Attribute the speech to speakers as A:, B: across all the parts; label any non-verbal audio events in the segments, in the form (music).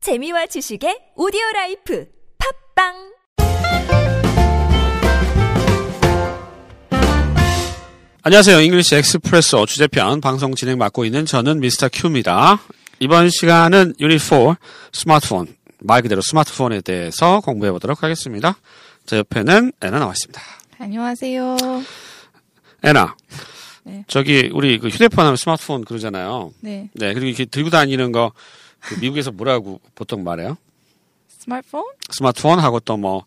A: 재미와 지식의 오디오 라이프 팝빵
B: 안녕하세요. 잉글리시 엑스프레소 주제편 방송 진행 맡고 있는 저는 미스터 큐입니다. 이번 시간은 유닛 4 스마트폰 말 그대로 스마트폰에 대해서 공부해 보도록 하겠습니다. 제 옆에는 애나 나와 있습니다.
C: 안녕하세요.
B: 애나.
C: 네.
B: 저기 우리 그 휴대폰 하면 스마트폰 그러잖아요.
C: 네,
B: 네. 그리고 이렇게 들고 다니는 거그 미국에서 뭐라고 보통 말해요?
C: 스마트폰,
B: 스마트폰 하고 또 뭐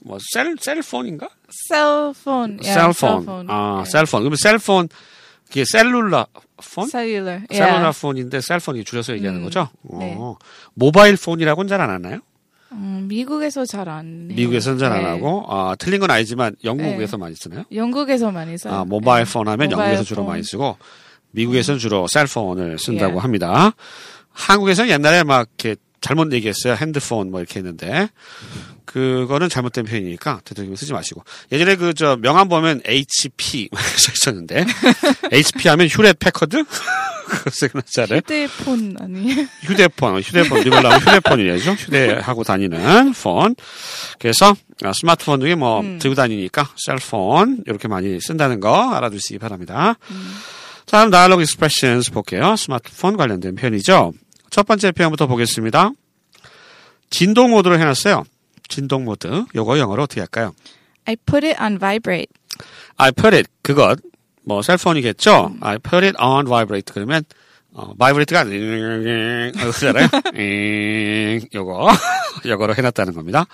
B: 뭐셀 셀폰인가?
C: 셀폰, 예, yeah,
B: 셀폰. 아, 셀폰. 그러면 셀폰 그게 셀룰라 폰?
C: 셀룰러,
B: 셀룰라 폰인데 셀폰이 줄여서 얘기하는
C: 예. 음,
B: 거죠?
C: 네.
B: 어, 모바일 폰이라고는 잘 안 하나요?
C: 음, 미국에서 잘 안 해요.
B: 미국에서는 잘 안
C: 네.
B: 하고 아, 틀린 건 아니지만 영국에서 많이 쓰나요?
C: 영국에서 많이 써요.
B: 아, 모바일
C: 네.
B: 폰 하면
C: 모바일
B: 영국에서 주로
C: 폰.
B: 많이 쓰고 미국에서는 주로 셀폰을 쓴다고
C: 예.
B: 합니다. 한국에서는 옛날에 막 이렇게 잘못 얘기했어요. 핸드폰 뭐 이렇게 했는데 그거는 잘못된 표현이니까 되도록이면 쓰지 마시고 예전에 그 저 명함 보면 (laughs) HP 써 있었는데 HP 하면 휴렛 패커드 (laughs) 그거 생각나잖아요.
C: 휴대폰 아니에요? (laughs)
B: 휴대폰, 휴대폰, 리벨라 휴대폰이죠. 휴대하고 다니는 폰. 그래서 아, 스마트폰 중에 뭐 들고 다니니까 셀폰 이렇게 많이 쓴다는 거 알아두시기 바랍니다. 자, 다음 dialogue expressions 볼게요. 스마트폰 관련된 표현이죠. 첫 번째 표현부터 보겠습니다. 진동 모드로 해놨어요. 진동 모드. 요거 영어로 어떻게 할까요?
C: I put it on vibrate.
B: I put it 그것 뭐
C: 음.
B: 셀폰이겠죠. I put it on vibrate 그러면 어, vibrate가
C: (laughs)
B: 그잖아요. 요거 (laughs) 요거로 해놨다는 겁니다.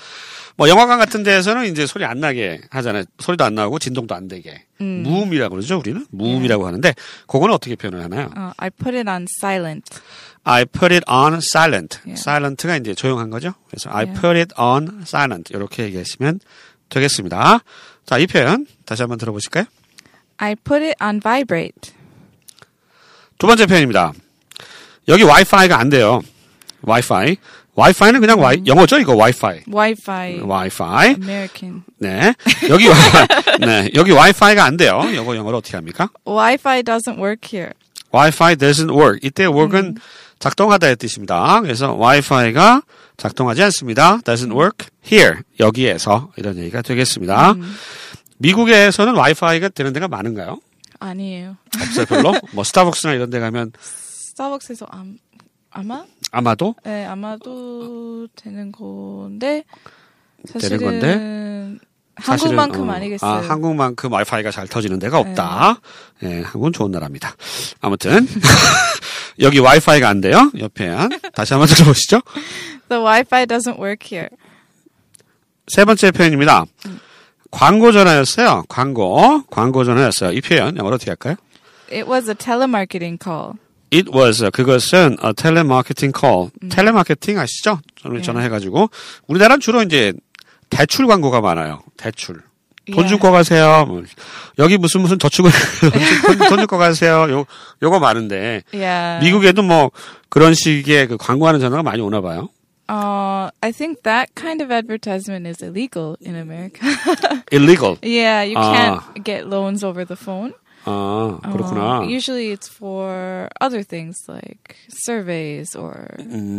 B: 뭐 영화관 같은 데에서는 이제 소리 안 나게 하잖아요. 소리도 안 나고 진동도 안 되게
C: 음. 예.
B: 무음이라고 그러죠. 우리는 무음이라고 하는데 그거는 어떻게 표현을 하나요?
C: 어, I put it on silent.
B: I put it on silent.
C: 예.
B: silent가 이제 조용한 거죠. 그래서 I
C: 예.
B: put it on silent 이렇게 얘기하시면 되겠습니다. 자, 이 표현 다시 한번 들어보실까요?
C: I put it on vibrate.
B: 두 번째 표현입니다. 여기 와이파이가 안 돼요. 와이파이. 와이파이는 그냥 와이, 영어죠? 이거 와이파이.
C: Wi-Fi.
B: 음, 와이파이.
C: American.
B: 네. 여기, 와, 네. 여기 와이파이가 안 돼요. 영어 영어로 어떻게 합니까?
C: Wi-Fi doesn't work here.
B: 와이파이 doesn't work. 이때 work은 작동하다의 뜻입니다. 그래서 와이파이가 작동하지 않습니다. doesn't work here. 여기에서. 이런 얘기가 되겠습니다. 미국에서는 와이파이가 되는 데가 많은가요?
C: 아니에요.
B: 없어요, 별로? 뭐, 스타벅스나 이런 데 가면
C: 스타벅스에서 암, 아마
B: 아마도
C: 네, 아마도 되는 건데
B: 되는
C: 사실은
B: 건데? 사실은,
C: 한국만큼
B: 어,
C: 아니겠어요. 네.
B: 아, 한국만큼 와이파이가 잘 터지는 데가 없다. 예, 한국은 좋은 나라입니다. 아무튼 (laughs) 여기 와이파이가 안 돼요. 옆에 한 다시 한번 들어보시죠.
C: The Wi-Fi doesn't work here.
B: 세 번째 표현입니다. 광고 전화였어요. 광고, 광고 전화였어요. 이 표현 영어로 어떻게 할까요?
C: It was a telemarketing call.
B: It was 그것은 a telemarketing call.
C: 음.
B: 텔레마케팅 아시죠? 전화
C: 예.
B: 전화해가지고 우리나라는 주로 이제 대출 광고가 많아요. 대출. 돈
C: 예.
B: 줄 거 가세요. 뭐, 여기 무슨 무슨 저축을 (laughs) 돈 줄 거 가세요. 요 요거 많은데
C: Yeah.
B: 미국에도 뭐 그런 식의 그 광고하는 전화가 많이 오나 봐요.
C: Uh, I think that kind of advertisement is illegal in America. (laughs)
B: illegal.
C: yeah, you
B: Ah.
C: can't get loans over the phone.
B: 아
C: Uh,
B: 그렇구나.
C: usually it's for other things like surveys or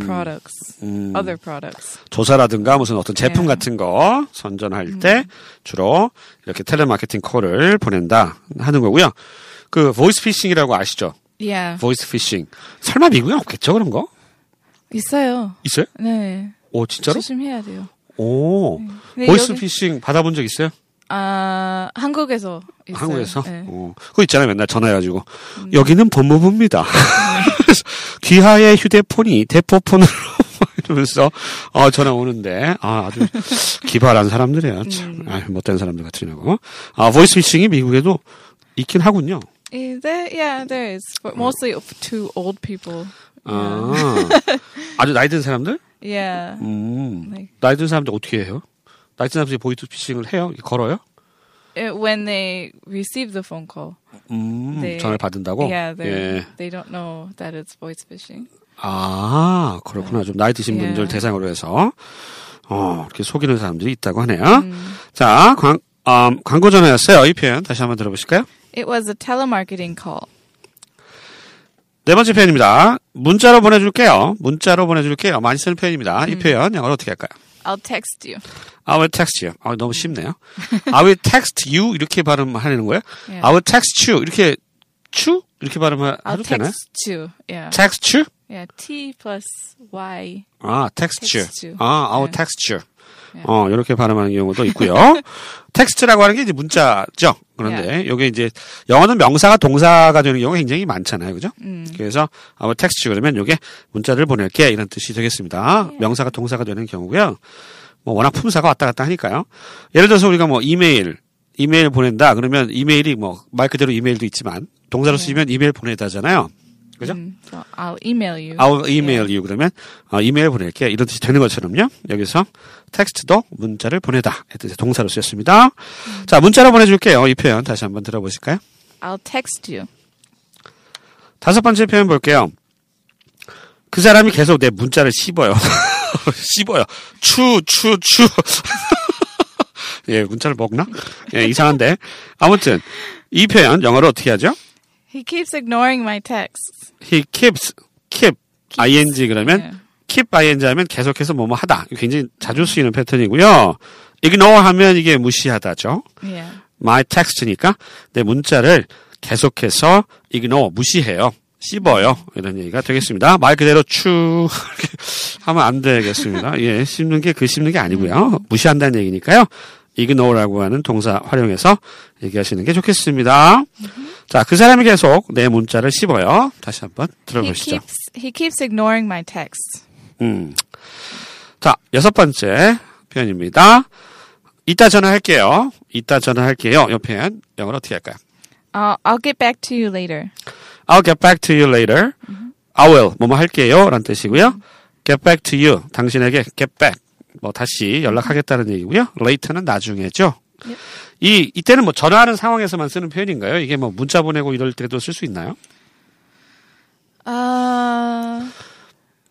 C: products,
B: 음,
C: other products.
B: 조사라든가 무슨 어떤 제품
C: 예.
B: 같은 거 선전할 때
C: 음.
B: 주로 이렇게 텔레마케팅 콜을 보낸다 하는 거고요. 그 보이스 피싱이라고 아시죠?
C: Yeah.
B: 보이스 피싱. 설마 미국에 없겠죠 그런 거?
C: 있어요.
B: 있어요?
C: 네.
B: 오 진짜로?
C: 조심해야 돼요.
B: 오
C: 근데
B: 보이스
C: 여기-
B: 피싱 받아본 적 있어요?
C: 아, Uh, 한국에서 있어요.
B: 한국에서?
C: 네. 음.
B: 어, 그거 있잖아요. 맨날 전화해가지고. 여기는 법무부입니다.
C: 네.
B: (laughs) 그래서 귀하의 휴대폰이 대포폰으로 (laughs) 막 이러면서 어, 전화 오는데 아, 아주 기발한 사람들이야.
C: 음.
B: 참. 아, 못된 사람들 같으냐고. 아, 보이스 피싱이 미국에도 있긴 하군요.
C: Eh, There, yeah, there is. But mostly to old people.
B: 아,
C: 음.
B: 아주 나이 든 사람들?
C: Yeah.
B: 음.
C: 네.
B: 나이 든 사람들 어떻게 해요? 나이 든 사람들이 보이스 피싱을 해요? 걸어요?
C: Eh, when they receive the phone call.
B: 음,
C: 네.
B: 전화를 받는다고?
C: Yeah, they
B: 예.
C: they don't know that it's voice phishing.
B: 아, 그렇구나. 좀 나이 드신
C: 예.
B: 분들 대상으로 해서, 어, 이렇게 속이는 사람들이 있다고 하네요.
C: 음.
B: 자, 광, 음, 광고 전화였어요. 이 표현 다시 한번 들어보실까요?
C: It was a telemarketing call.
B: 네 번째 표현입니다. 문자로 보내줄게요. 문자로 보내줄게요. 많이 쓰는 표현입니다.
C: 음.
B: 이 표현 영어로 어떻게 할까요?
C: I'll text you.
B: I will text you. 아, 너무 쉽네요. I will text you 이렇게 발음하는 거예요?
C: 예.
B: I will text you 이렇게 추 이렇게 발음해도
C: I'll
B: 되나요?
C: text you. Yeah.
B: text you?
C: yeah. T plus Y.
B: 아, text you.
C: text you.
B: 아, I will
C: 네.
B: text you.
C: 네.
B: 어, 이렇게 발음하는 경우도
C: (laughs)
B: 있고요. 텍스트라고 하는 게 이제 문자죠. 그런데
C: 네.
B: 이게 이제 영어는 명사가 동사가 되는 경우가 굉장히 많잖아요. 그죠?
C: 음.
B: 그래서 아마 텍스트 그러면 이게 문자를 보낼게 이런 뜻이 되겠습니다.
C: 네.
B: 명사가 동사가 되는 경우고요. 뭐 워낙 품사가 왔다 갔다 하니까요. 예를 들어서 우리가 뭐 이메일 이메일 보낸다 그러면 이메일이 뭐 말 그대로 이메일도 있지만
C: 네.
B: 동사로 쓰이면 이메일 보내다잖아요. 그죠?
C: Mm, so I'll email you.
B: I'll email you 그러면 어, 이메일 보낼게 이런 뜻이 되는 것처럼요. 여기서 텍스트도 문자를 보내다 이 뜻의 동사로 쓰였습니다. 자 문자로 보내줄게요. 이 표현 다시 한번 들어보실까요?
C: I'll text you.
B: 다섯 번째 표현 볼게요. 그 사람이 계속 내 문자를 씹어요. (laughs) 씹어요. 추, 추, (laughs) 추. 예, 문자를 먹나? 예, 이상한데. 아무튼, 이 표현 영어로 어떻게 하죠?
C: He keeps ignoring my texts.
B: He keeps, keep, ing 그러면
C: 예.
B: keep ing 하면 계속해서 뭐뭐 하다. 굉장히 자주 쓰이는 패턴이고요. ignore 하면 이게 무시하다죠.
C: Yeah.
B: my text니까 내 문자를 계속해서 ignore 무시해요. 씹어요. 이런 얘기가 되겠습니다. 말 그대로 추 (laughs) 이렇게 하면 안 되겠습니다. 예, 씹는 게 그 씹는 게 아니고요. 무시한다는 얘기니까요. ignore라고 하는 동사 활용해서 얘기하시는 게 좋겠습니다. 자, 그 사람이 계속 내 문자를 씹어요. 다시 한번
C: He
B: 들어보시죠.
C: keeps he keeps ignoring my texts.
B: 음. 자, 여섯 번째 표현입니다. 이따 전화할게요. 이따 전화할게요. 이 표현 영어로 어떻게 할까요?
C: I'll I'll get back to you later.
B: I'll get back to you later. I will. 뭐뭐 할게요. 라는 뜻이고요. get back to you. 당신에게 get back. 뭐 다시 연락하겠다는 얘기고요. later는 나중에죠. 이 이때는 뭐 전화하는 상황에서만 쓰는 표현인가요? 이게 뭐 문자 보내고 이럴 때도 쓸 수 있나요?
C: Uh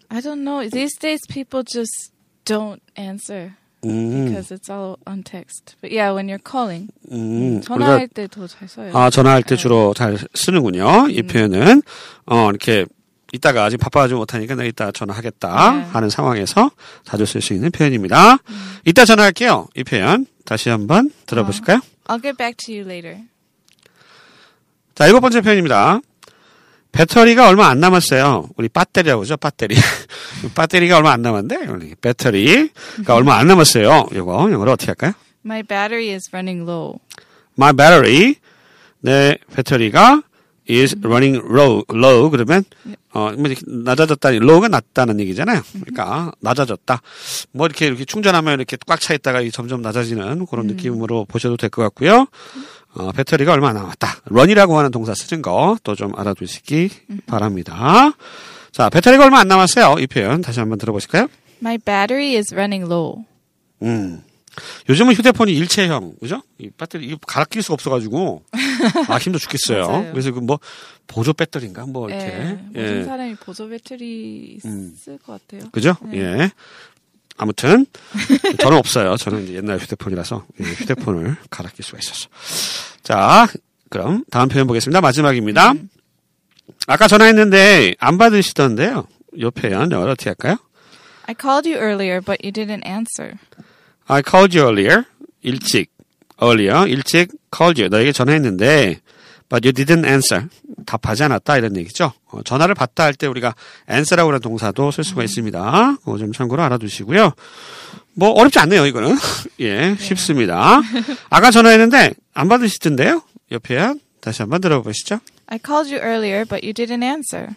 C: I don't know. These days people just don't answer
B: 음.
C: because it's all on text. But yeah, when you're calling, Mm,
B: 음. 우리가
C: 전화할 때도 잘 써요.
B: 아, 전화할 때 주로 잘 쓰는군요. 이 표현은 어, 이렇게 이따가 아직 바빠하지 못하니까 내가 이따 전화하겠다
C: 네.
B: 하는 상황에서 자주 쓸 수 있는 표현입니다. 이따 전화할게요. 이 표현 다시 한번 들어보실까요?
C: I'll get back to you later.
B: 자, 일곱 번째 표현입니다. 배터리가 얼마 안 남았어요. 우리 배터리라고 그러죠, 배터리. (laughs) 배터리가 얼마 안 남았는데, 우리 배터리가 얼마 안 남았어요. 요거, 영어로 어떻게 할까요?
C: My battery is running low.
B: My battery, 내 배터리가 is running low, low. 그러면, 어, 뭐 이렇게 낮아졌다니, low가 낮다는 얘기잖아요. 그러니까, 낮아졌다. 뭐 이렇게, 이렇게 충전하면 이렇게 꽉 차 있다가 이 점점 낮아지는 그런 느낌으로 보셔도 될 것 같고요. 어, 배터리가 얼마 안 남았다. run이라고 하는 동사 쓰는 거 또 좀 알아두시기 바랍니다. 자, 배터리가 얼마 안 남았어요. 이 표현 다시 한번 들어보실까요?
C: My battery is running low.
B: 음. 요즘은 휴대폰이 일체형, 그죠? 이 배터리, 이거 갈아 끼울 수가
C: (laughs)
B: 없어가지고. 아, 힘도 죽겠어요.
C: 맞아요.
B: 그래서 그 뭐, 보조 배터리인가? 뭐, 이렇게.
C: 예,
B: 예.
C: 모든 사람이 보조 배터리
B: 음.
C: 쓸 것 같아요.
B: 그죠?
C: 네.
B: 예. 아무튼, 저는 없어요. 저는 이제 옛날 휴대폰이라서, 예, 휴대폰을 갈아 낄 수가 있었어. 자, 그럼 다음 표현 보겠습니다. 마지막입니다.
C: 음.
B: 아까 전화했는데 안 받으시던데요. 요 표현 영어로 어떻게 할까요?
C: I called you earlier, but you didn't answer.
B: I called you earlier. 일찍. earlier. 일찍 called you. 너에게 전화했는데, but you didn't answer. 답하지 않았다. 이런 얘기죠. 어, 전화를 받다 할 때 우리가 answer라고 하는 동사도 쓸 수가 있습니다. 그거 좀 참고로 알아두시고요. 뭐, 어렵지 않네요, 이거는. (laughs) 예, 쉽습니다. 아까 전화했는데, 안 받으시던데요? 옆에 다시 한번 들어보시죠.
C: I called you earlier, but you didn't answer.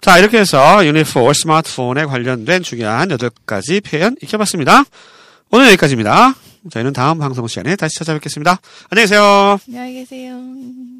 B: 자, 이렇게 해서 유니포 스마트폰에 관련된 중요한 8가지 표현 익혀봤습니다. 오늘 여기까지입니다. 저희는 다음 방송 시간에 다시 찾아뵙겠습니다. 안녕히 계세요.
C: 안녕히 계세요.